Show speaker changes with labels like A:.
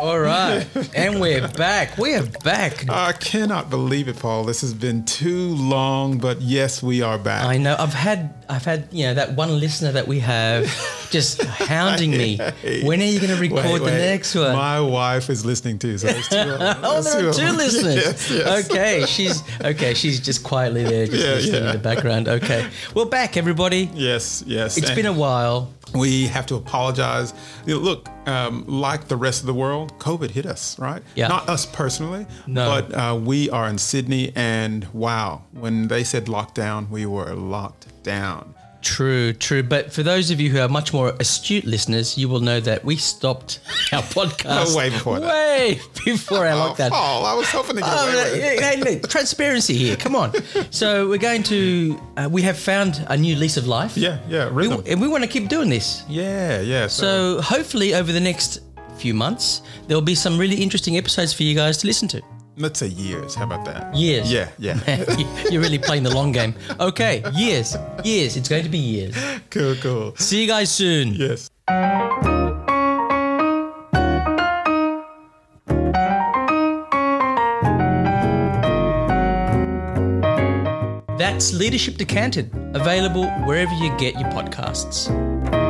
A: right, and we're back. We're back.
B: I cannot believe it, Paul. This has been too long, but yes, we are back.
A: I know. I've had I've had you know that one listener that we have just hounding me.
B: Hey,
A: When are you going to record
B: wait,
A: the
B: wait.
A: next one?
B: My wife is listening too, so there's two. of them.
A: Oh,
B: There's
A: there are
B: of
A: two
B: them.
A: listeners.
B: Yes, yes.
A: Okay, she's okay. She's just quietly there, just
B: Yeah,
A: listening
B: yeah.
A: in the background. Okay, we're back, everybody.
B: Yes, yes.
A: It's
B: And
A: been a while.
B: We have to apologize. You know, Look, um, like the rest of the world, COVID hit us, right?
A: Yeah.
B: Not us personally,
A: No.
B: but uh, we are in Sydney, and wow, when they said lockdown, we were locked down.
A: True, true. But for those of you who are much more astute listeners, you will know that we stopped our podcast
B: Oh, way before that.
A: way before our
B: Oh,
A: lockdown.
B: Paul, I was hoping to get
A: Oh,
B: away with it.
A: yeah, hey, look, transparency here. Come on. So we're going to. Uh, we have found a new lease of life.
B: Yeah, yeah,
A: We,
B: rhythm.
A: and we want to keep doing this.
B: yeah, yeah.
A: So hopefully over the next few months there'll be some really interesting episodes for you guys to listen to.
B: let's say years. How about that?
A: Years.
B: Yeah, yeah.
A: You're really playing the long game. Okay, years, years. It's going to be years.
B: cool, cool.
A: See you guys soon.
B: Yes.
A: That's Leadership Decanted, available wherever you get your podcasts.